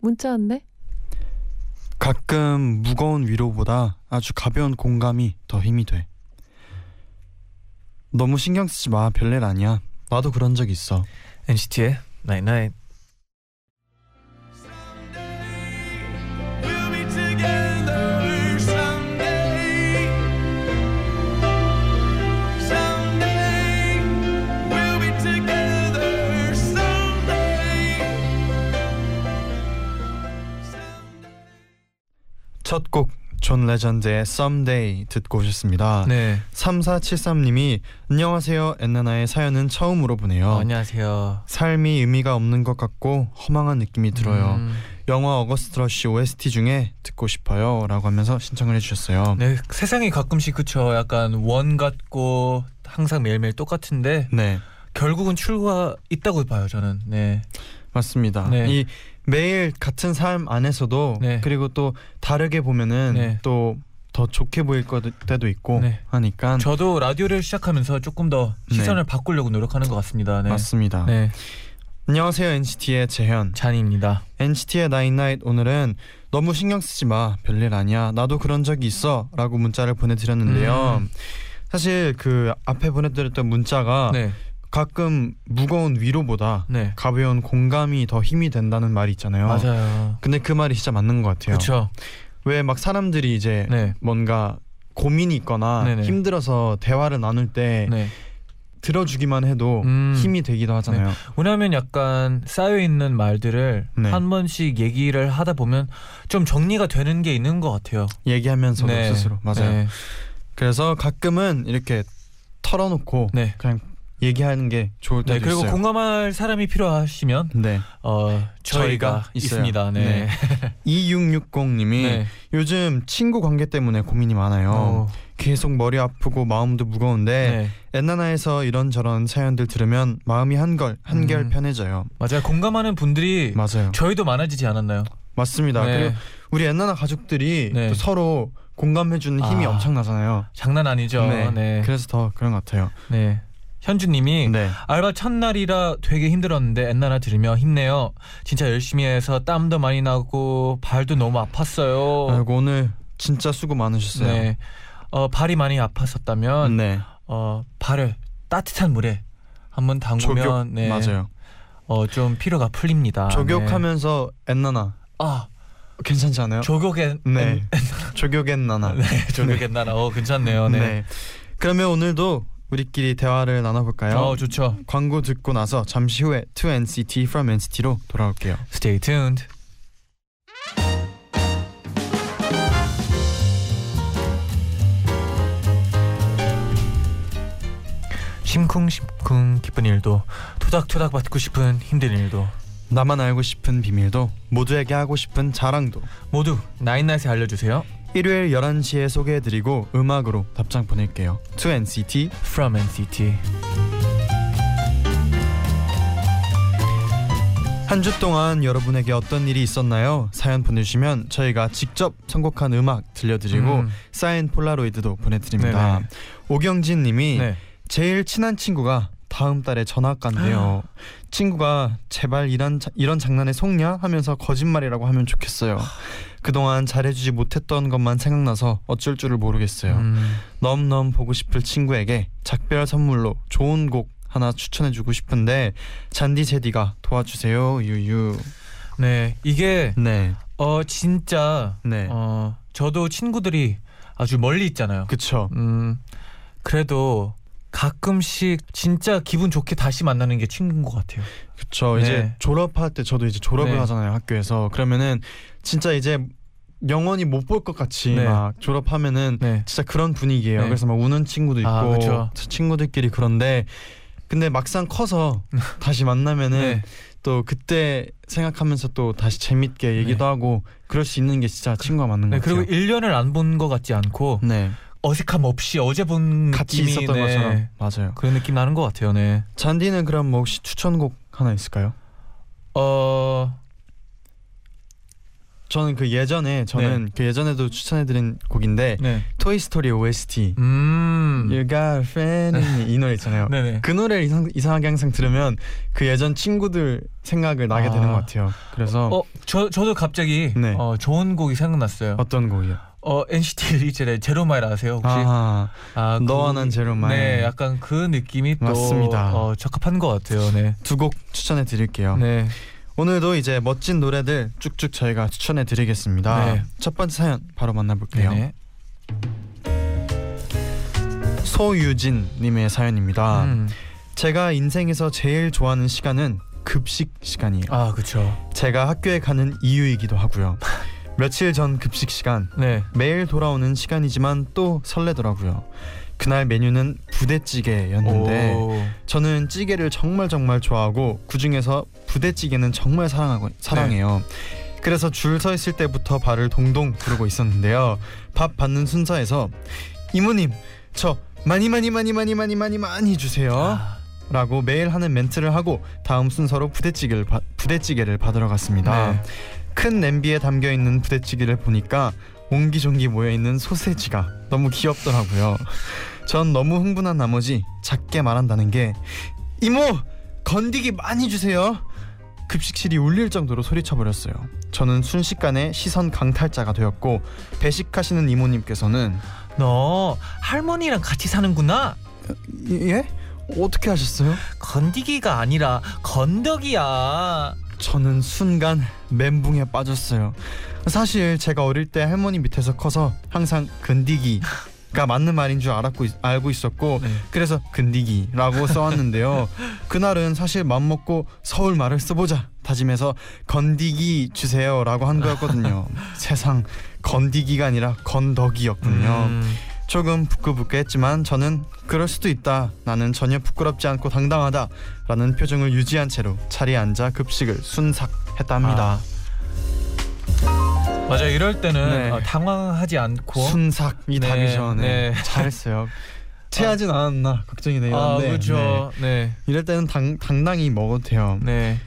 문자 왔네. 가끔 무거운 위로보다 아주 가벼운 공감이 더 힘이 돼. 너무 신경 쓰지 마. 별일 아니야. 나도 그런 적 있어. NCT의 Night Night. We'll be together someday. Someday we'll be together someday. 첫 곡, 존 레전드의 Someday 듣고 오셨습니다. 네. 3473님이 안녕하세요. 엔나나의 사연은 처음으로 어, 보내요. 아, 안녕하세요. 삶이 의미가 없는 것 같고 허망한 느낌이 들어요. 음, 영화 어거스트 러쉬 OST 중에 듣고 싶어요. 라고 하면서 신청을 해주셨어요. 네, 세상이 가끔씩 그쵸. 약간 원 같고 항상 매일매일 똑같은데 네. 결국은 출구가 있다고 봐요. 저는. 네. 맞습니다. 네. 이 매일 같은 삶 안에서도 네. 그리고 또 다르게 보면은 네. 또 더 좋게 보일 것 때도 있고 네. 하니까 저도 라디오를 시작하면서 조금 더 시선을 바꾸려고 노력하는 것 같습니다. 네. 맞습니다. 네. 안녕하세요 NCT의 재현. 잔입니다. NCT의 나인나잇 오늘은 너무 신경 쓰지 마 별일 아니야 나도 그런 적이 있어라고 문자를 보내드렸는데요. 음. 사실 그 앞에 보내드렸던 문자가 네. 가끔 무거운 위로보다 네. 가벼운 공감이 더 힘이 된다는 말이 있잖아요. 맞아요. 근데 그 말이 진짜 맞는 것 같아요. 그렇죠. 왜 막 사람들이 이제 네. 뭔가 고민이 있거나 네네. 힘들어서 대화를 나눌 때 네. 들어주기만 해도 음. 네. 힘이 되기도 하잖아요. 왜냐하면 약간 쌓여 있는 말들을 네. 한 번씩 얘기를 하다 보면 좀 정리가 되는 게 있는 것 같아요. 얘기하면서도 네. 스스로 맞아요. 네. 그래서 가끔은 이렇게 털어놓고 네. 그냥 얘기하는 게 좋을 때도 네, 그리고 있어요. 공감할 사람이 필요하시면 네. 어, 저희가, 저희가 있어요. 있습니다. 네. 2660님이 네. 요즘 친구 관계 때문에 고민이 많아요. 어, 계속 머리 아프고 마음도 무거운데 네. 엔나나에서 이런저런 사연들 들으면 마음이 한결 한결 음. 편해져요. 맞아요. 공감하는 분들이 맞아요. 저희도 많아지지 않았나요? 맞습니다. 네. 그리고 우리 엔나나 가족들이 네. 또 서로 공감해주는 힘이 아. 엄청나잖아요. 장난 아니죠. 네. 네. 네. 그래서 더 그런 것 같아요. 현주님이 네. 알바 첫날이라 되게 힘들었는데 엔나나 들으며 힘내요. 진짜 열심히 해서 땀도 많이 나고 발도 너무 아팠어요. 아이고 오늘 진짜 수고 많으셨어요. 음. 네. 네. 어, 발이 많이 아팠었다면 어, 발을 따뜻한 물에 한번 조교 담그면 네. 아, 맞아요. 어, 좀 피로가 풀립니다. 조교하면서 엔나나 네. 아, 괜찮지 않아요? 조교겐 네. 조교 엔나나. 네, 조교겐나. 어, 괜찮네요. 네. 그러면 오늘도 우리끼리 대화를 나눠볼까요? 어, 좋죠. 광고 듣고 나서 잠시 후에 To NCT From NCT로 돌아올게요. Stay tuned. 심쿵심쿵 기쁜 일도 토닥토닥 받고 싶은 힘든 일도 나만 알고 싶은 비밀도 모두에게 하고 싶은 자랑도 모두 나인나잇에 알려주세요. 일요일 11시에 소개해드리고 음악으로 답장 보낼게요. To NCT From NCT. 한 주 동안 여러분에게 어떤 일이 있었나요? 사연 보내주시면 저희가 직접 선곡한 음악 들려드리고 음. 사인 폴라로이드도 보내드립니다. 네네. 오경진님이 네. 제일 친한 친구가 다음 달에 전학 간대요. 친구가 제발 이런 자- 이런 장난에 속냐 하면서 거짓말이라고 하면 좋겠어요. 그동안 잘해주지 못했던 것만 생각나서 어쩔 줄을 모르겠어요. 음. 넘넘 보고 싶을 친구에게 작별 선물로 좋은 곡 하나 추천해주고 싶은데 잔디 제디가 도와주세요. 유유. 네. 이게 네, 어 진짜 네, 어 저도 친구들이 아주 멀리 있잖아요. 그쵸. 음 그래도 가끔씩 진짜 기분 좋게 다시 만나는 게 친구인 것 같아요. 그쵸. 네. 이제 졸업할 때 저도 이제 졸업을 네. 하잖아요 학교에서. 그러면은 진짜 이제 영원히 못 볼 것 같이 네. 막 졸업하면은 네. 진짜 그런 분위기예요. 네. 그래서 막 우는 친구도 있고 아, 그쵸. 친구들끼리 그런데 근데 막상 커서 다시 만나면은 네. 또 그때 생각하면서 또 다시 재밌게 얘기도 하고 그럴 수 있는 게 진짜 친구가 음, 맞는 네, 것 같아요. 그리고 1년을 안 본 것 같지 않고 네 어색함 없이 어제 본 같이 느낌이, 있었던 네, 것처럼 맞아요. 그런 느낌 나는 것 같아요. 네. 잔디는 그럼 뭐 혹시 추천곡 하나 있을까요? 어 저는 그 예전에 저는 그 예전에도 추천해드린 곡인데 네. 토이 스토리 OST 음. You Got a Friend in Me 이 노래 있잖아요. 네네. 예. 그 노래를 이상, 이상하게 항상 들으면 그 예전 친구들 생각을 나게 아. 되는 것 같아요. 그래서 어, 저 저도 갑자기 네. 어, 좋은 곡이 생각났어요. 어떤 곡이요? 어, NCT 127의 제로마일 아세요 혹시? 아, 아, 그- 너와 난 제로마일. 네, 약간 그 느낌이 또 맞습니다. 어, 적합한 것 같아요. 네. 두 곡 추천해 드릴게요. 네. 오늘도 이제 멋진 노래들 쭉쭉 저희가 추천해 드리겠습니다. 네. 첫 번째 사연 바로 만나볼게요. 네네. 소유진 님의 사연입니다. 음. 제가 인생에서 제일 좋아하는 시간은 급식 시간이에요. 아, 그렇죠. 제가 학교에 가는 이유이기도 하고요. 며칠 전 급식 시간 네. 매일 돌아오는 시간이지만 또 설레더라고요. 그날 메뉴는 부대찌개였는데 오. 저는 찌개를 정말 정말 좋아하고 그중에서 부대찌개는 정말 사랑하고 사랑해요. 그래서 줄 서 있을 때부터 발을 동동 구르고 있었는데요. 밥 받는 순서에서 이모님 저 많이 많이 많이 많이 많이 많이 많이 주세요. 아, 라고 매일 하는 멘트를 하고 다음 순서로 부대찌개를 받- 부대찌개를 받으러 갔습니다. 네. 큰 냄비에 담겨 있는 부대찌개를 보니까 옹기종기 모여 있는 소세지가 너무 귀엽더라고요. 전 너무 흥분한 나머지 작게 말한다는 게 이모 건디기 많이 주세요. 급식실이 울릴 정도로 소리쳐 버렸어요. 저는 순식간에 시선 강탈자가 되었고 배식하시는 이모님께서는 너 할머니랑 같이 사는구나. 예? 어떻게 하셨어요? 건디기가 아니라 건더기야. 저는 순간 멘붕에 빠졌어요. 사실 제가 어릴 때 할머니 밑에서 커서 항상 근디기가 맞는 말인 줄 알았고 알고 있었고 네. 그래서 근디기라고 써왔는데요. 그날은 사실 마음 먹고 서울 말을 써보자 다짐해서 건디기 주세요라고 한 거였거든요. 세상 건디기가 아니라 건더기였군요. 음. 조금 부끄부끄했지만 저는 그럴 수도 있다. 나는 전혀 부끄럽지 않고 당당하다라는 표정을 유지한 채로 자리에 앉아 급식을 순삭했답니다. 맞아요. 이럴 때는 네. 어, 당황하지 않고 순삭 이 네, 답이 전에 네. 잘했어요. 체하진 않았나 걱정이 되긴 아, 한데 네. 그렇죠. 네. 이럴 때는 당, 당당히 먹어도 돼요. 네.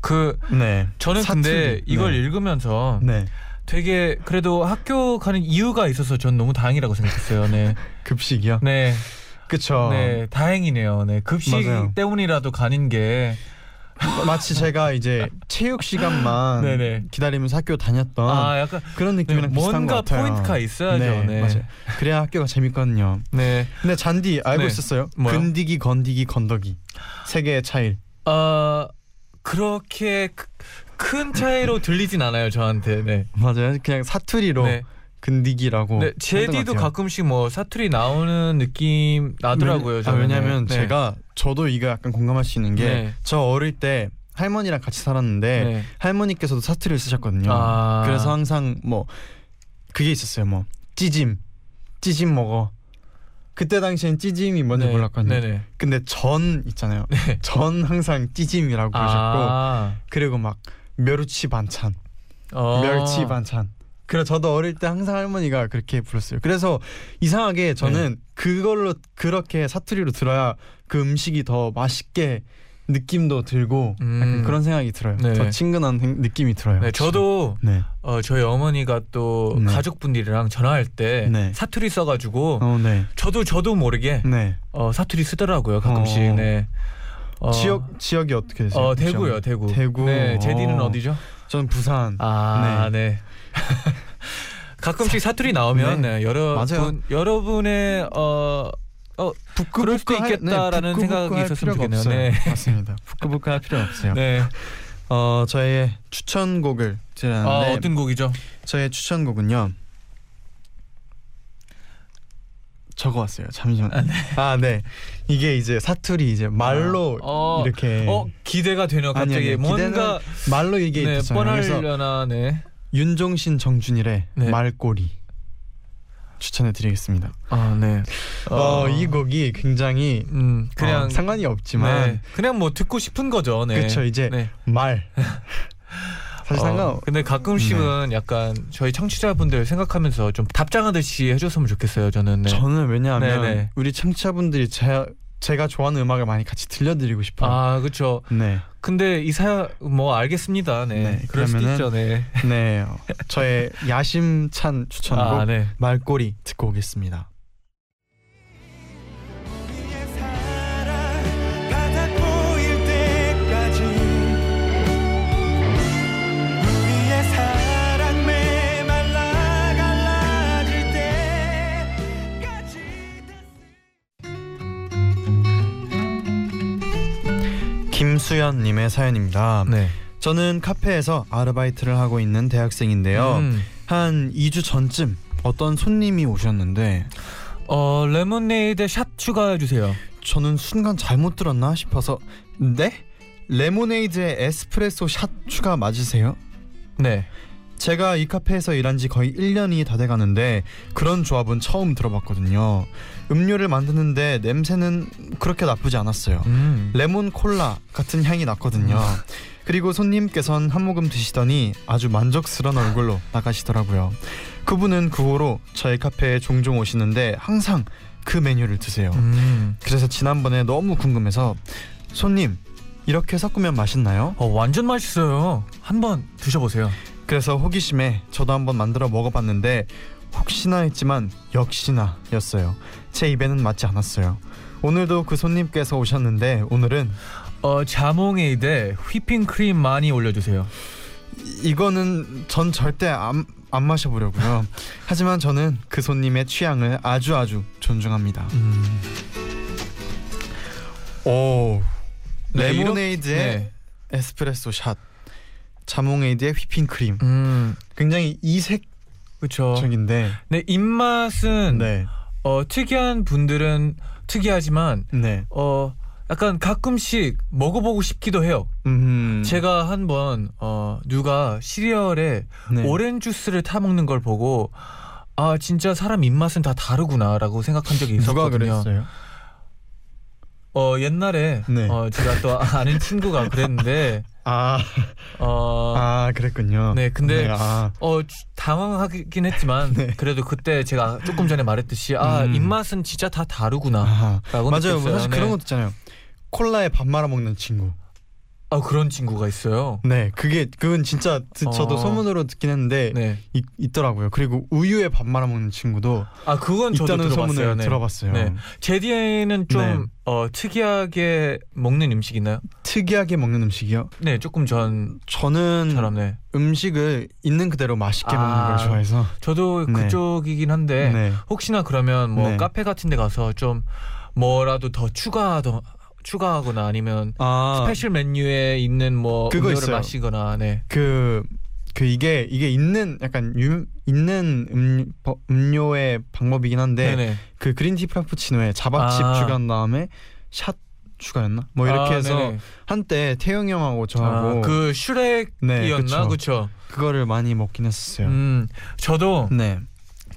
그 네. 저는 근데 사투리. 이걸 네. 읽으면서 네. 되게 그래도 학교 가는 이유가 있어서 전 너무 다행이라고 생각했어요. 네. 급식이요. 네. 그쵸. 네. 다행이네요. 네. 급식 아. 맞아요. 때문이라도 가는 게 마치 제가 이제 체육 시간만 네네. 기다리면서 학교 다녔던 아, 약간 그런 네, 느낌이랑 비슷한 것 뭔가 같아요. 포인트가 있어야죠. 네, 네. 맞아요. 그래야 학교가 재밌거든요. 네. 근데 잔디 알고 네. 있었어요? 뭐요? 근디기, 건디기, 건더기 세 개의 차이. 어, 그렇게 크- 큰 차이로 들리진 않아요, 저한테. 네. 맞아요. 그냥 사투리로 네. 근디기라고. 네, 제디도 가끔씩 뭐 사투리 나오는 느낌 나더라고요. 저는. 아, 왜냐면 네. 제가 저도 이거 약간 공감할 수 있는 게 저 네. 어릴 때 할머니랑 같이 살았는데 네. 할머니께서도 사투리를 쓰셨거든요. 아. 그래서 항상 뭐 그게 있었어요. 뭐 찌짐, 찌짐 먹어. 그때 당시엔 찌짐이 뭔지 네. 몰랐거든요. 네네. 근데 전 있잖아요. 네. 전 항상 찌짐이라고 그러셨고 아. 그리고 막 멸치 반찬, 어. 멸치 반찬. 그래 저도 어릴 때 항상 할머니가 그렇게 불렀어요. 그래서 이상하게 저는 네. 그걸로 그렇게 사투리로 들어야 그 음식이 더 맛있게 느낌도 들고 약간 음. 그런 생각이 들어요. 네. 더 친근한 생- 느낌이 들어요. 네, 저도 네. 어, 저희 어머니가 또 네. 가족분들이랑 전화할 때 네. 사투리 써가지고 어, 네. 저도 저도 모르게 네. 어, 사투리 쓰더라고요 가끔씩. 어. 네. 어, 지역 지역이 어떻게 되세요? 그렇죠. 어 대구요 대구. 대구. 네 제디는 어. 어디죠? 저는 부산. 아 네. 가끔씩 사투리 나오면 네, 맞아요. 여러분 여러분의 어, 어 부끄부끄 그럴 수도 있겠다라는 생각이 있었으면 좋겠네요. 네. 맞습니다. 부끄부끄할 필요 없어요. 네. 어 저의 추천곡을 드렸는데 아, 어떤 곡이죠? 저의 추천곡은요 적어왔어요 잠시만 아네 이게 이제 사투리 이제 말로 어, 이렇게 어 기대가 되네요 아니, 갑자기 아니, 뭔가 말로 이게 네, 있잖아요 그래서 뻔하려나 네. 윤종신 정준일의 네. 말꼬리 추천해드리겠습니다. 아 네. 어, 이 곡이 굉장히 음 그냥 어, 상관이 없지만 네, 그냥 뭐 듣고 싶은 거죠. 네. 그쵸 이제 네. 말 사실 상관 네. 어, 근데 가끔씩은 약간 저희 청취자분들 생각하면서 좀 답장하듯이 해줬으면 좋겠어요. 저는 네. 저는 왜냐하면 네, 네. 우리 청취자분들이 제, 제가 좋아하는 음악을 많이 같이 들려드리고 싶어요. 아 그렇죠. 네, 근데 이사 뭐 알겠습니다. 네. 네, 그럴 수도 그러면은 있죠. 네. 네 어, 저의 야심찬 추천곡 아 네. 말꼬리 듣고 오겠습니다. 위에 살아 바닥 보일 때까지 우리의 사랑 메말라 갈라질 때까지 김수연님의 사연입니다. 네. 저는 카페에서 아르바이트를 하고 있는 대학생인데요. 음. 한 2주 전쯤 어떤 손님이 오셨는데 어 레모네이드 샷 추가해 주세요. 저는 순간 잘못 들었나 싶어서 네? 레모네이드에 에스프레소 샷 추가 맞으세요? 네. 제가 이 카페에서 일한 지 거의 1년이 다 돼가는데 그런 조합은 처음 들어봤거든요. 음료를 만드는데 냄새는 그렇게 나쁘지 않았어요. 음. 레몬 콜라 같은 향이 났거든요. 그리고 손님께선 한 모금 드시더니 아주 만족스러운 얼굴로 나가시더라고요. 그분은 그 후로 저희 카페에 종종 오시는데 항상 그 메뉴를 드세요. 음. 그래서 지난번에 너무 궁금해서 손님 이렇게 섞으면 맛있나요? 어 완전 맛있어요. 한번 드셔보세요. 그래서 호기심에 저도 한번 만들어 먹어봤는데 혹시나 했지만 역시나였어요. 제 입에는 맞지 않았어요. 오늘도 그 손님께서 오셨는데 오늘은 어 자몽에이드 휘핑 크림 많이 올려주세요. 이거는 전 절대 안, 안 마셔보려고요. 하지만 저는 그 손님의 취향을 아주 아주 존중합니다. 음. 오 네, 레모네이드에 네. 에스프레소 샷, 자몽에이드에 휘핑크림. 음. 굉장히 이색적인데 그렇죠. 네 입맛은 네, 어, 특이한 분들은 특이하지만 네, 어 약간 가끔씩 먹어보고 싶기도 해요. 음, 제가 한번 어, 누가 시리얼에 네. 오렌지 주스를 타 먹는 걸 보고 아 진짜 사람 입맛은 다 다르구나라고 생각한 적이 있었거든요. 누가 그랬어요? 어 옛날에 네. 어 제가 또 아는 친구가 그랬는데 아, 어 아 그랬군요. 네, 근데 아, 어 주- 당황하긴 했지만 네. 그래도 그때 제가 조금 전에 말했듯이 아 음. 입맛은 진짜 다 다르구나라고 아, 맞아요. 느꼈어요. 사실 네. 그런 것도 있잖아요. 콜라에 밥 말아 먹는 친구. 아 그런 친구가 있어요. 네, 그게 그건 진짜 드- 저도 어. 소문으로 듣긴 했는데 네. 있, 있더라고요. 그리고 우유에 밥 말아 먹는 친구도 아 그건 저도 있다는 들어봤어요. 소문을 네. 들어봤어요. 네. 제디에는 좀 네. 어, 특이하게 먹는 음식 있나요? 특이하게 먹는 음식이요. 네, 조금 전처럼 저는 네. 음식을 있는 그대로 맛있게 아. 먹는 걸 좋아해서. 저도 네. 그쪽이긴 한데 혹시나 그러면 뭐 네. 카페 같은 데 가서 좀 뭐라도 더 추가더 추가하거나 아니면 아, 스페셜 메뉴에 있는 뭐 그거 음료를 있어요. 마시거나 네. 그, 그 이게 이게 있는 약간 유, 있는 음, 버- 음료의 방법이긴 한데 네네. 그 그린티 프라푸치노에 자바칩 아. 추가한 다음에 샷 추가했나? 뭐 이렇게 아, 해서 네네. 한때 태영 형하고 저하고 아, 그 슈렉이었나 네, 그쵸. 네. 그쵸? 그거를 많이 먹긴 했었어요. 음, 저도 네,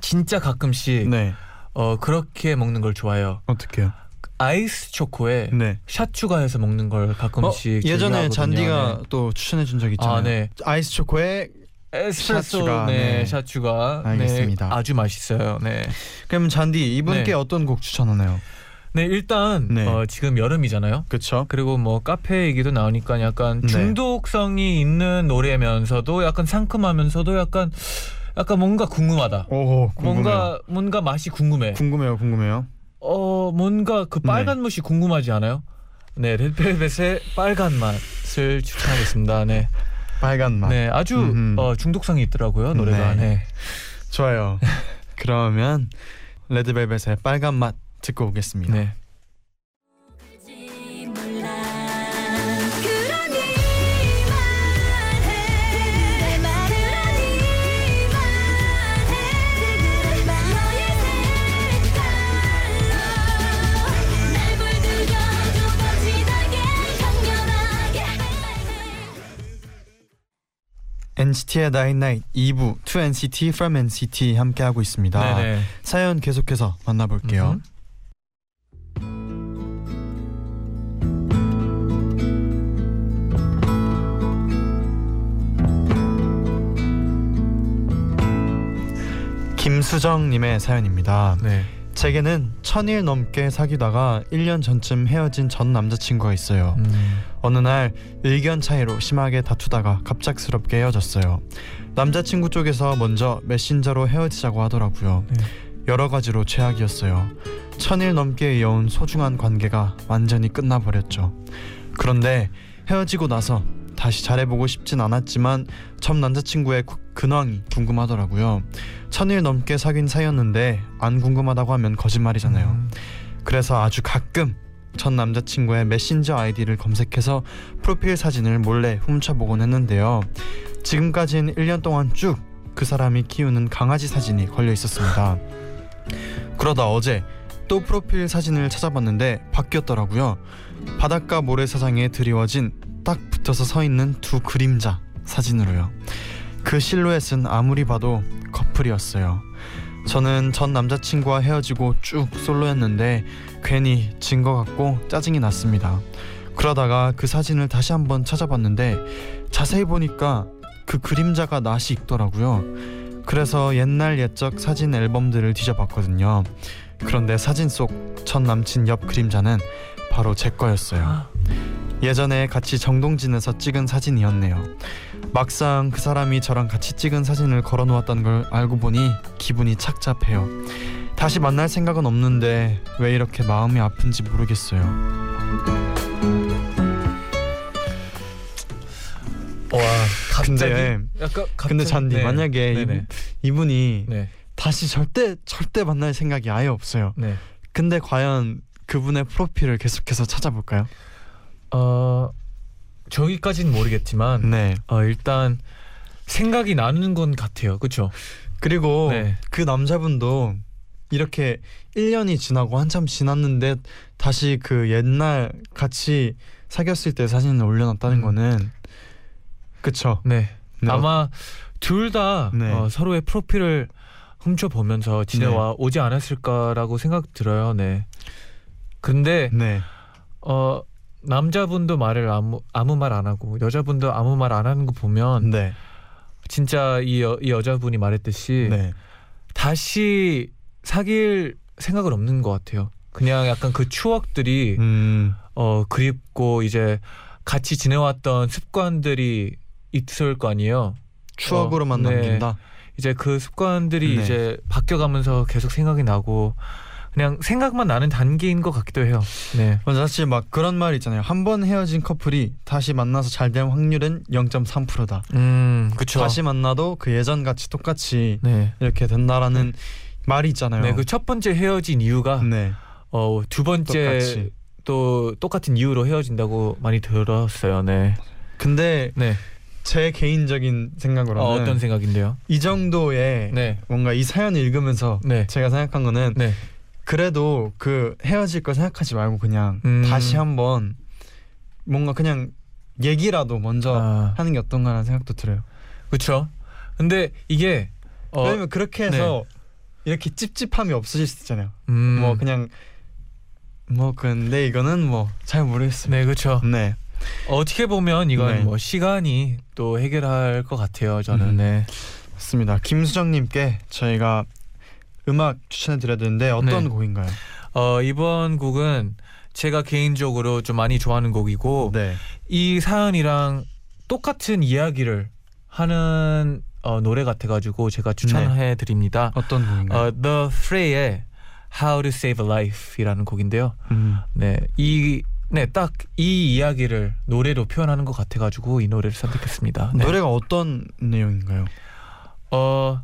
진짜 가끔씩 네 어, 그렇게 먹는 걸 좋아해요. 어떻게요? 아이스 초코에 네. 샷 추가해서 먹는 걸 어, 가끔씩 예전에 즐겨하거든요. 잔디가 네. 또 추천해 준 적 있잖아요. 아, 네. 아이스 초코에 에스프레소 추가, 네, 네. 샷 추가. 알겠습니다. 네, 아주 맛있어요. 네. 그럼 잔디 이분께 네. 어떤 곡 추천하나요? 네, 일단 네. 어, 지금 여름이잖아요. 그렇죠. 그리고 뭐 카페 얘기도 나오니까 약간 네. 중독성이 있는 노래면서도 약간 상큼하면서도 약간 약간 뭔가 궁금하다. 오, 궁금해요. 뭔가 뭔가 맛이 궁금해. 궁금해요, 궁금해요. 어 뭔가 네. 그 빨간 맛이 궁금하지 않아요? 네, 레드벨벳의 빨간 맛을 추천하겠습니다. 네, 빨간 맛. 네, 아주 음흠. 어, 중독성이 있더라고요 노래가. 네. 네. 좋아요. 그러면 레드벨벳의 빨간 맛 듣고 오겠습니다. 네. 몰라 그러니 말해 그러니 말해 지금 너의 색깔로 날 물들여 좀 번진하게 강렬하게 NCT의 Nine Night 2부 To NCT From NCT 함께 하고 있습니다. 네네. 사연 계속해서 만나볼게요. 음. 김수정님의 사연입니다. 네. 제게는 천일 넘게 사귀다가 1년 전쯤 헤어진 전 남자친구가 있어요. 음. 어느 날 의견 차이로 심하게 다투다가 갑작스럽게 헤어졌어요. 남자친구 쪽에서 먼저 메신저로 헤어지자고 하더라고요. 네. 여러 가지로 최악이었어요. 천일 넘게 이어온 소중한 관계가 완전히 끝나버렸죠. 그런데 헤어지고 나서 다시 잘해보고 싶진 않았지만 전 남자친구의 구- 근황이 궁금하더라고요. 천일 넘게 사귄 사이였는데 안 궁금하다고 하면 거짓말이잖아요. 음. 그래서 아주 가끔 전 남자친구의 메신저 아이디를 검색해서 프로필 사진을 몰래 훔쳐보곤 했는데요. 지금까지는 1년 동안 쭉 그 사람이 키우는 강아지 사진이 걸려 있었습니다. 그러다 어제 또 프로필 사진을 찾아봤는데 바뀌었더라고요. 바닷가 모래사장에 드리워진 딱 붙어서 서 있는 두 그림자 사진으로요. 그 실루엣은 아무리 봐도 커플이었어요. 저는 전 남자친구와 헤어지고 쭉 솔로였는데 괜히 진 것 같고 짜증이 났습니다. 그러다가 그 사진을 다시 한번 찾아봤는데 자세히 보니까 그 그림자가 낯이 익더라고요. 그래서 옛날 옛적 사진 앨범들을 뒤져봤거든요. 그런데 사진 속 전 남친 옆 그림자는 바로 제 거였어요. 예전에 같이 정동진에서 찍은 사진이었네요. 막상 그 사람이 저랑 같이 찍은 사진을 걸어놓았다는 걸 알고 보니 기분이 착잡해요. 다시 만날 생각은 없는데 왜 이렇게 마음이 아픈지 모르겠어요. 와 갑자기 근데 약간 갑자기, 근데 잔디 네. 만약에 네네. 이, 분이 네. 다시 절대 절대 만날 생각이 아예 없어요. 네. 근데 과연 그분의 프로필을 계속해서 찾아볼까요? 어 저기까지는 모르겠지만 네. 어, 일단 생각이 나는 건 같아요. 그렇죠? 그리고 네. 그 남자분도 이렇게 1년이 지나고 한참 지났는데 다시 그 옛날 같이 사귀었을 때 사진을 올려놨다는 음. 거는 그쵸 네. 네, 아마 둘 다 네. 어, 서로의 프로필을 훔쳐보면서 지내와 네. 오지 않았을까라고 생각 들어요. 네. 근데 네 어 남자분도 말을 아무 아무 말 안 하고 여자분도 아무 말 안 하는 거 보면 네. 진짜 이, 여, 이 여자분이 말했듯이 네. 다시 사귈 생각은 없는 것 같아요. 그냥 약간 그 추억들이 음. 어 그립고 이제 같이 지내왔던 습관들이 있을 거 아니에요. 추억으로만 어, 네. 남긴다. 이제 그 습관들이 네. 이제 바뀌어가면서 계속 생각이 나고 그냥 생각만 나는 단계인 것 같기도 해요. 네. 맞아, 사실 막 그런 말 있잖아요. 한 번 헤어진 커플이 다시 만나서 잘 될 확률은 0.3%다. 음, 그쵸. 다시 만나도 그 예전 같이 똑같이 네. 이렇게 된다라는 말이 있잖아요. 네, 그 첫 번째 헤어진 이유가 네. 어, 두 번째 똑같이. 또 똑같은 이유로 헤어진다고 많이 들었어요. 네. 근데 네. 제 개인적인 생각으로는 어, 어떤 생각인데요? 이 정도의 네. 뭔가 이 사연 읽으면서 네. 제가 생각한 거는 네. 그래도 그 헤어질 거 생각하지 말고 그냥 음. 다시 한번 뭔가 그냥 얘기라도 먼저 아, 하는 게 어떤가라는 생각도 들어요. 그렇죠. 근데 이게 어, 왜냐면 그렇게 해서 이렇게 찝찝함이 없어질 수 있잖아요. 음, 뭐 그냥 뭐 근데 이거는 뭐 잘 모르겠습니다. 네, 그렇죠. 네. 어떻게 보면 이건 네. 뭐 시간이 또 해결할 것 같아요. 저는. 음. 네. 맞습니다. 김수정님께 저희가 음악 추천해 드려야 되는데 어떤 네. 곡인가요? 어, 이번 곡은 제가 개인적으로 좀 많이 좋아하는 곡이고 네. 이 사연이랑 똑같은 이야기를 하는 어, 노래 같아가지고 제가 추천해 드립니다. 네. 어떤 네. 곡인가요? 어, The Fray의 How to Save a Life이라는 곡인데요. 음. 네, 이 네, 딱 이 이야기를 노래로 표현하는 것 같아가지고 이 노래를 선택했습니다. 네. 노래가 어떤 내용인가요? 어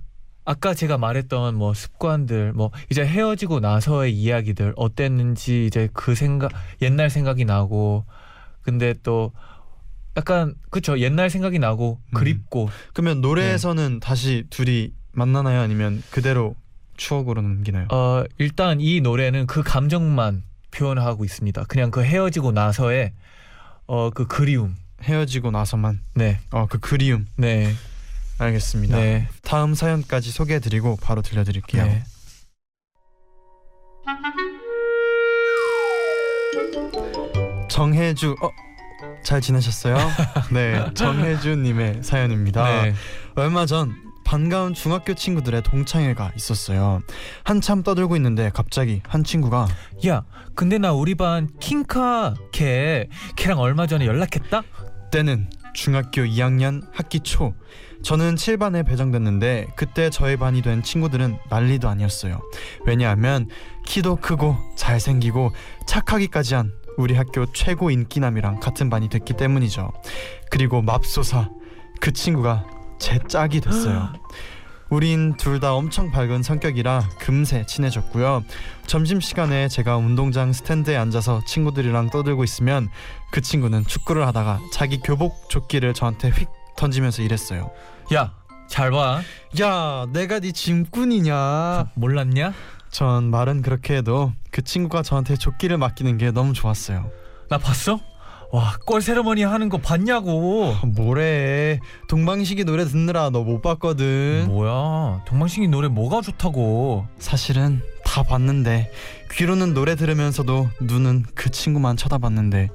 아까 제가 말했던 뭐 습관들 뭐 이제 헤어지고 나서의 이야기들 어땠는지 이제 그 생각 옛날 생각이 나고 근데 또 약간 그쵸 옛날 생각이 나고 음. 그립고 그러면 네. 노래에서는 다시 둘이 만나나요? 아니면 그대로 추억으로 남기나요? 어 일단 이 노래는 그 감정만 표현하고 있습니다 그냥 그 헤어지고 나서의 어 그 그리움 헤어지고 나서만 네 어 그 그리움 네. 알겠습니다. 네. 다음 사연까지 소개해드리고 바로 들려드릴게요. 네. 정혜주 어? 잘 지내셨어요? 네, 정혜주님의 사연입니다. 네. 얼마 전 반가운 중학교 친구들의 동창회가 있었어요. 한참 떠들고 있는데 갑자기 한 친구가 야, 근데 나 우리 반 킹카 걔 걔랑 얼마 전에 연락했다. 때는 중학교 2학년 학기 초 저는 7반에 배정됐는데 그때 저의 반이 된 친구들은 난리도 아니었어요 왜냐하면 키도 크고 잘생기고 착하기까지 한 우리 학교 최고 인기남이랑 같은 반이 됐기 때문이죠 그리고 맙소사 그 친구가 제 짝이 됐어요 우린 둘 다 엄청 밝은 성격이라 금세 친해졌고요 점심시간에 제가 운동장 스탠드에 앉아서 친구들이랑 떠들고 있으면 그 친구는 축구를 하다가 자기 교복 조끼를 저한테 휙 던지면서 이랬어요. 야, 잘 봐. 야, 내가 네 짐꾼이냐? 몰랐냐? 전 말은 그렇게 해도 그 친구가 저한테 조끼를 맡기는 게 너무 좋았어요. 나 봤어? 와, 골 세레머니 하는 거 봤냐고. 아, 뭐래? 동방식이 노래 듣느라 너 못 봤거든. 뭐야? 동방신기 노래 뭐가 좋다고? 사실은 다 봤는데 귀로는 노래 들으면서도 눈은 그 친구만 쳐다봤는데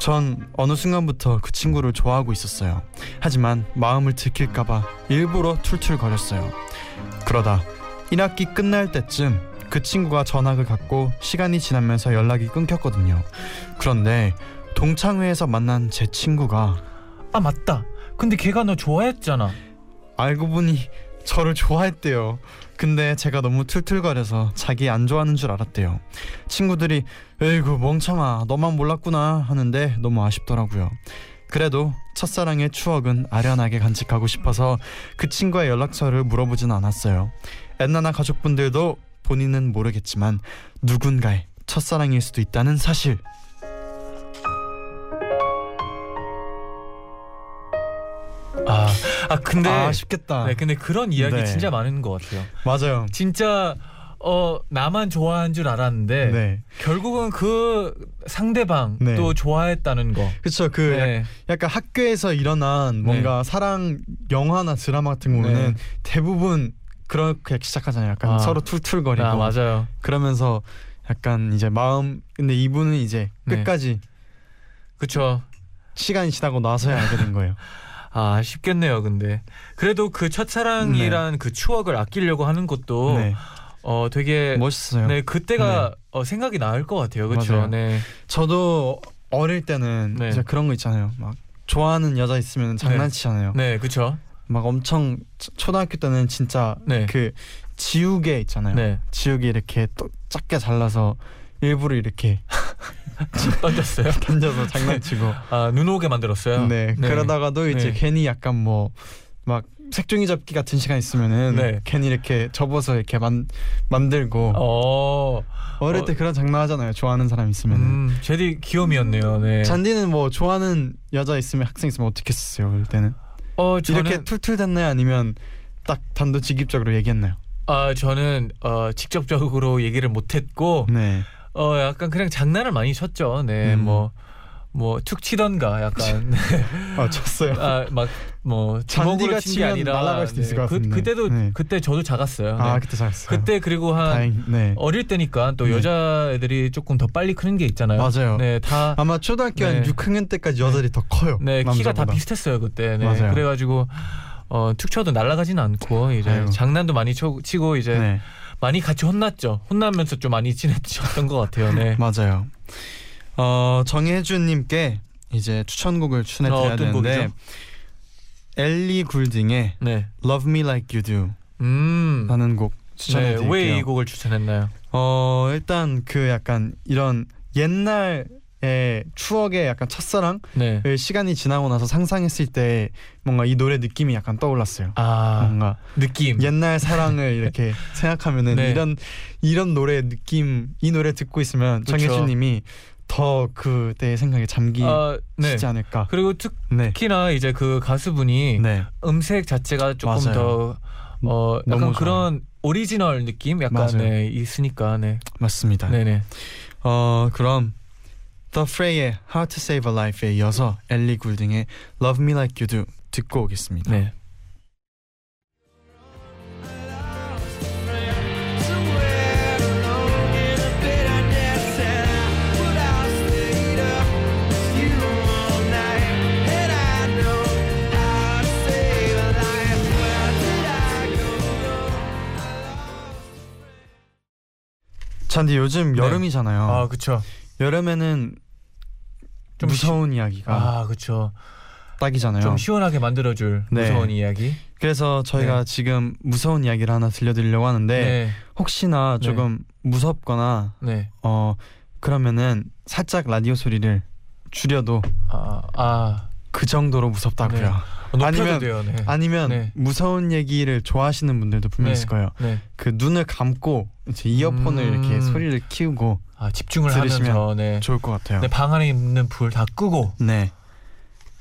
전 어느 순간부터 그 친구를 좋아하고 있었어요. 하지만 마음을 들킬까봐 일부러 툴툴거렸어요. 그러다 1학기 끝날 때쯤 그 친구가 전학을 갔고 시간이 지나면서 연락이 끊겼거든요. 그런데 동창회에서 만난 제 친구가 아 맞다. 근데 걔가 너 좋아했잖아. 알고 보니 저를 좋아했대요. 근데 제가 너무 툴툴거려서 자기 안 좋아하는 줄 알았대요. 친구들이 에이구 멍청아 너만 몰랐구나 하는데 너무 아쉽더라고요. 그래도 첫사랑의 추억은 아련하게 간직하고 싶어서 그 친구의 연락처를 물어보진 않았어요. 엔나나 가족분들도 본인은 모르겠지만 누군가의 첫사랑일 수도 있다는 사실. 아, 아 근데 아, 아쉽겠다. 네, 근데 그런 이야기 네. 진짜 많은 것 같아요. 맞아요. 진짜 어 나만 좋아한 줄 알았는데 네. 결국은 그 상대방 네. 또 좋아했다는 거. 그쵸 그 약간 네. 약간 학교에서 일어난 뭔가 사랑 영화나 드라마 같은 경우는 대부분 그렇게 시작하잖아요. 약간 네. 아. 서로 툴툴거리고 아 맞아요. 그러면서 약간 이제 마음 근데 이분은 이제 네. 끝까지 그쵸. 시간이 지나고 나서야 알게 된 거예요. 아 아쉽겠네요. 근데 그래도 그 첫사랑이란 그 추억을 아끼려고 하는 것도 네. 어 되게 멋있어요. 네 그때가 어, 생각이 나을 것 같아요. 그렇죠. 맞아요. 네. 저도 어릴 때는 네. 이제 그런 거 있잖아요. 막 좋아하는 여자 있으면 장난치잖아요. 네 그렇죠. 막 엄청 초- 초등학교 때는 진짜 네. 그 지우개 있잖아요. 네. 지우개 이렇게 또 작게 잘라서 일부러 이렇게 던졌어요. 던져서 장난치고 아, 눈 오게 만들었어요. 네, 그러다가도 이제 네. 괜히 약간 뭐 막 색종이 잡기 같은 시간 있으면은 네. 괜히 이렇게 접어서 이렇게 만 만들고 어. 어릴 어. 때 그런 장난 하잖아요 좋아하는 사람 있으면은 음, 제디 귀염이었네요. 네. 잔디는 뭐 좋아하는 여자 있으면 학생 있으면 어떻게 했어요 어릴 때는 어, 저는 이렇게 툴툴댔나요 아니면 딱 단도직입적으로 얘기했나요 아, 저는 어, 직접적으로 얘기를 못 했고 네 어, 약간 그냥 장난을 많이 쳤죠. 네. 음. 뭐 뭐 툭 치던가 약간 아 졌어요 아 막 뭐 주먹으로 잔디가 친게 치면 아니라 날아갈 수도 있을 것 그, 같은데. 그때도 네. 그때 저도 작았어요. 아 네. 그때 잘했어요 그때 그리고 한 다행 네 어릴 때니까 또 네. 여자애들이 조금 더 빨리 크는 게 있잖아요. 맞아요 네, 다 아마 초등학교 네. 한 6학년 때까지 여자들이 더 커요 네 키가 다 남자보다. 비슷했어요 그때 네, 맞아요. 그래가지고 어, 툭 쳐도 날아가진 않고 이제 아이고. 장난도 많이 쳐, 치고 이제 네. 많이 같이 혼났죠 혼나면서 좀 많이 친해졌던 것 같아요 네 맞아요. 어, 정혜준님께 이제 추천곡을 추천해드려야 어, 어떤 되는데 곡이죠? 엘리 굴딩의 네. Love Me Like You 음. Do라는 곡 네, 추천해드릴게요. 왜 이 곡을 추천했나요? 어, 일단 그 약간 이런 옛날의 추억의 약간 첫사랑을 네. 시간이 지나고 나서 상상했을 때 뭔가 이 노래 느낌이 약간 떠올랐어요. 아 뭔가 느낌. 옛날 사랑을 이렇게 생각하면은 네. 이런 이런 노래 느낌 이 노래 듣고 있으면 그쵸. 정혜준님이 더 그때의 생각에 잠기지 아, 네. 않을까. 그리고 네. 특히나 이제 그 가수분이 네. 음색 자체가 조금 맞아요. 음, 더 어, 약간 너무 좋아요. 그런 오리지널 느낌 약간 맞아요. 네, 있으니까 네. 맞습니다. 네네. 어 그럼 The Fray의 How to Save a Life에 이어서 엘리 굴딩의 Love Me Like You Do 듣고 오겠습니다. 네. 자, 근데 요즘 네. 여름이잖아요. 아 그쵸. 여름에는 좀 무서운 이야기가 아 그쵸. 딱이잖아요. 좀 시원하게 만들어줄 네. 무서운 이야기. 그래서 저희가 지금 무서운 이야기를 하나 들려드리려고 하는데 네. 혹시나 네. 조금 무섭거나 네. 어 그러면은 살짝 라디오 소리를 줄여도 아, 아 그 정도로 무섭다고요. 네. 높여도 아니면- 돼요. 네. 아니면 네. 무서운 얘기를 좋아하시는 분들도 분명 네. 히 있을 거예요. 네. 그 눈을 감고 이제 이어폰을 음. 이렇게 소리를 키우고 아 집중을 들으시면 하면서 네. 좋을 것 같아요. 네, 방 안에 있는 불 다 끄고 네.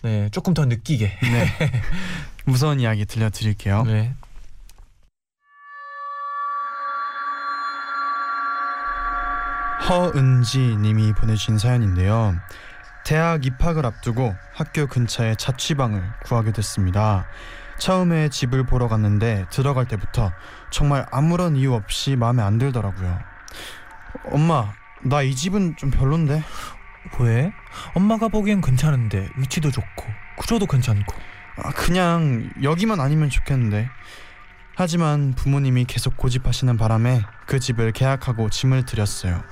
네 조금 더 느끼게. 네. 무서운 이야기 들려드릴게요. 네. 허은지 님이 보내주신 사연인데요. 대학 입학을 앞두고 학교 근처에 자취방을 구하게 됐습니다. 처음에 집을 보러 갔는데 들어갈 때부터 정말 아무런 이유 없이 마음에 안 들더라고요. 엄마, 나 이 집은 좀 별론데? 왜? 엄마가 보기엔 괜찮은데 위치도 좋고 구조도 괜찮고. 아, 그냥 여기만 아니면 좋겠는데. 하지만 부모님이 계속 고집하시는 바람에 그 집을 계약하고 짐을 들였어요.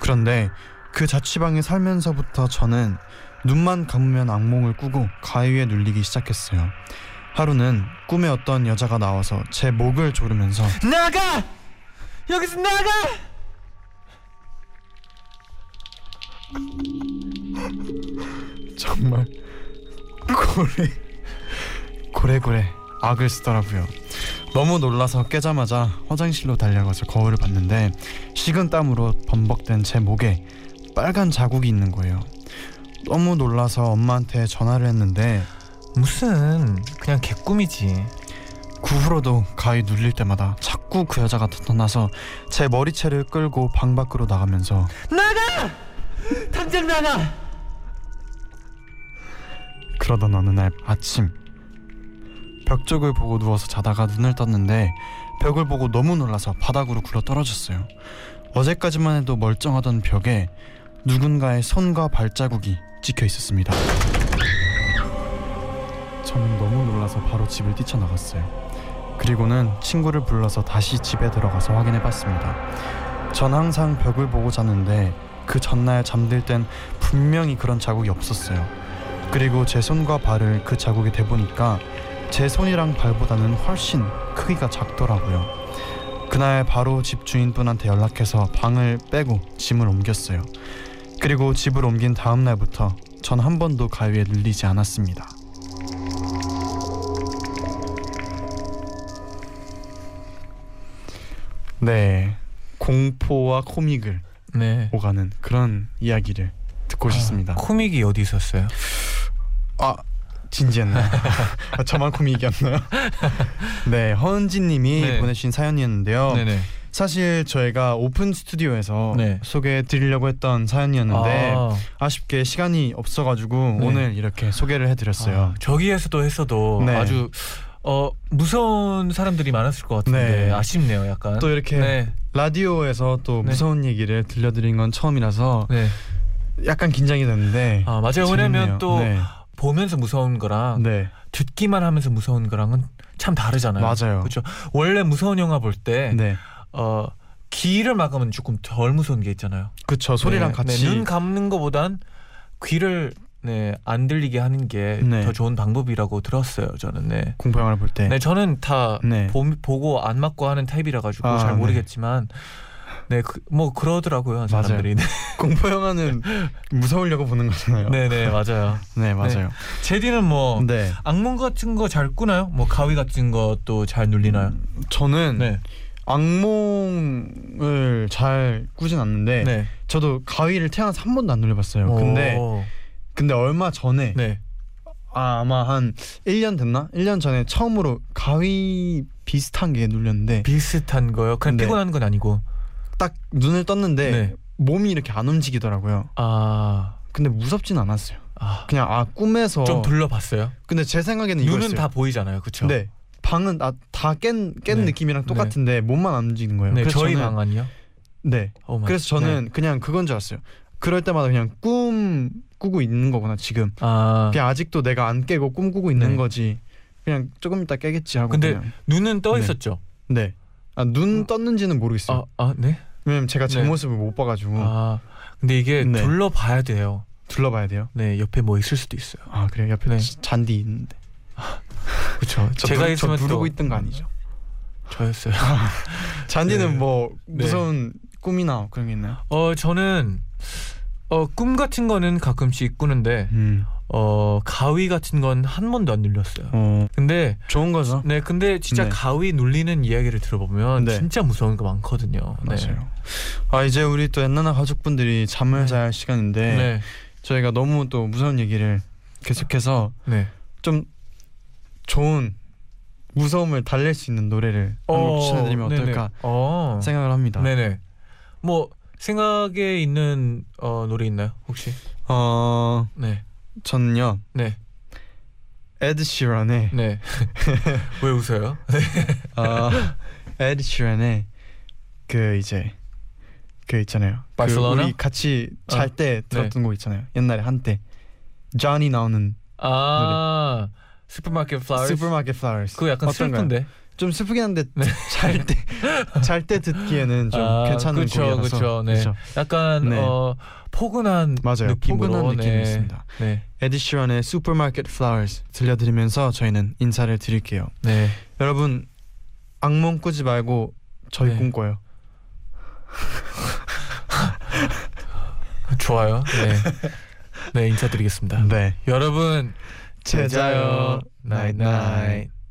그런데 그 자취방에 살면서부터 저는 눈만 감으면 악몽을 꾸고 가위에 눌리기 시작했어요. 하루는 꿈에 어떤 여자가 나와서 제 목을 조르면서 나가! 여기서 나가! 정말 고래 고래고래 악을 쓰더라고요. 너무 놀라서 깨자마자 화장실로 달려가서 거울을 봤는데 식은 땀으로 범벅된 제 목에 빨간 자국이 있는 거예요. 너무 놀라서 엄마한테 전화를 했는데 무슨 그냥 개꿈이지. 그 후로도 가위 눌릴 때마다 자꾸 그 여자가 나타나서 제 머리채를 끌고 방 밖으로 나가면서 나가! 당장 나가! 그러던 어느 날 아침 벽 쪽을 보고 누워서 자다가 눈을 떴는데 벽을 보고 너무 놀라서 바닥으로 굴러 떨어졌어요. 어제까지만 해도 멀쩡하던 벽에 누군가의 손과 발자국이 찍혀 있었습니다. 저는 너무 놀라서 바로 집을 뛰쳐나갔어요. 그리고는 친구를 불러서 다시 집에 들어가서 확인해 봤습니다. 전 항상 벽을 보고 자는데 그 전날 잠들 땐 분명히 그런 자국이 없었어요. 그리고 제 손과 발을 그 자국에 대보니까 제 손이랑 발보다는 훨씬 크기가 작더라고요. 그날 바로 집 주인분한테 연락해서 방을 빼고 짐을 옮겼어요. 그리고 집을 옮긴 다음 날부터 전 한 번도 가위에 눌리지 않았습니다. 네, 공포와 코믹을 네. 오가는 그런 이야기를 듣고 싶습니다. 아, 코믹이 어디 있었어요? 아 진지했나요? 아, 저만 코믹이었나요? 네 허은지님이 네. 보내신 사연이었는데요. 어, 네네. 사실 저희가 오픈 스튜디오에서 네. 소개해드리려고 했던 사연이었는데 아, 아. 쉽게 시간이 없어가지고 네. 오늘 이렇게 소개를 해드렸어요. 아, 저기에서도 했어도 네. 아주 어 무서운 사람들이 많았을 것 같은데 네. 아쉽네요, 약간. 또 이렇게 네. 라디오에서 또 네. 무서운 얘기를 들려드린 건 처음이라서 네. 약간 긴장이 됐는데 아 맞아요. 재밌네요. 왜냐면 또 아. 네, 보면서 무서운 거랑 네. 듣기만 하면서 무서운 거랑은 참 다르잖아요. 맞아요. 그렇죠. 원래 무서운 영화 볼 때 네. 어, 귀를 막으면 조금 덜 무서운 게 있잖아요. 그쵸 소리랑 네, 같이 네, 눈 감는 거보단 귀를 네, 안 들리게 하는 게 더 네. 좋은 방법이라고 들었어요. 저는 네. 공포 영화를 볼 때. 네, 저는 다 네. 보, 고안 맞고 하는 타입이라 가지고 아, 잘 네. 모르겠지만 네, 그, 뭐 그러더라고요 맞아요. 사람들이. 공포 영화는 무서우려고 보는 거잖아요. 네, 네, 맞아요. 네 맞아요. 제디는 뭐 네. 악몽 같은 거 잘 꾸나요? 뭐 가위 같은 것도 잘 눌리나요? 음, 저는 네, 악몽을 잘 꾸진 않는데 네. 저도 가위를 태어나서 한 번도 안 눌려봤어요. 네, 근데 오, 근데 얼마 전에 네, 아, 아마 한 1년 됐나? 1년 전에 처음으로 가위 비슷한 게 눌렸는데 비슷한 거요. 그냥 네. 피곤한 건 아니고. 딱 눈을 떴는데 네. 몸이 이렇게 안 움직이더라고요. 아, 근데 무섭진 않았어요. 아. 그냥 아 꿈에서 좀 둘러봤어요. 근데 제 생각에는 눈은 음, 이거였어요. 다 보이잖아요, 그렇죠? 네. 방은 다깬깬 네. 느낌이랑 똑같은데 몸만 안 움직이는 거예요. 네, 그래서 저희 저는 방 아니요. 네. 오 마이- 그래서 네. 저는 그냥 그건 줄 알았어요. 그럴 때마다 그냥 꿈 꾸고 있는 거구나 지금. 아 그냥 아직도 내가 안 깨고 꿈 꾸고 있는 네. 거지. 그냥 조금 이따 깨겠지 하고. 근데- 그냥. 눈은 떠 네. 있었죠. 네. 아, 눈 떴는지는 모르겠어요. 아, 아, 네. 왜냐면 제가 제 네. 모습을 못 봐가지고 아 근데 이게 음. 네. 둘러봐야 돼요. 둘러봐야 돼요. 네 옆에 뭐 있을 수도 있어요. 아 그래요. 옆에 네. 지- 잔디 있는데. 그렇죠. 저 제가 누, 있으면 저 누르고 또 있던 거 아니죠? 저였어요. 잔디는 네. 뭐 네. 무서운 꿈이나 그런 게 있나요? 어 저는 어 꿈 같은 거는 가끔씩 꾸는데 음. 어 가위 같은 건 한 번도 안 눌렸어요. 어 근데 좋은 거죠. 네 근데 진짜 네. 가위 눌리는 이야기를 들어보면 네. 진짜 무서운 거 많거든요. 네. 맞아요. 아 이제 우리 또 옛날 가족분들이 잠을 네. 잘 시간인데 네. 저희가 너무 또 무서운 얘기를 계속해서 네. 좀 좋은 무서움을 달랠 수 있는 노래를 한곡 어, 추천해드리면 네네. 어떨까 어. 생각을 합니다. 네네. 뭐 생각에 있는 어, 노래 있나요 혹시? 어 네. 저는요 네. 에드 시런의 네. 왜 웃어요? 네. 어, 에드 시런의 그 이제 그 있잖아요. 그 바르셀로나? 아, 네. 우리 같이 잘 때 들었던 곡 있잖아요. 옛날에 한때 쟈니 나오는 아 슈퍼마켓 플라워. 슈퍼마켓 플라워스. 그거 약간 어떤가요? 슬픈데. 좀 슬프긴 한데 네. 잘 때 잘 때 듣기에는 좀 아, 괜찮은 그쵸, 곡이라서 그쵸, 네. 그쵸. 약간 네. 어 포근한 맞아요 느낌으로. 포근한 느낌이 네. 있습니다 네. 에디시런의 Supermarket Flowers 들려드리면서 저희는 인사를 드릴게요 네. 여러분 악몽 꾸지 말고 저희 네. 꿈꿔요 좋아요. 네. 네 인사드리겠습니다. 네 여러분 제자요 나잇나잇. 나잇나잇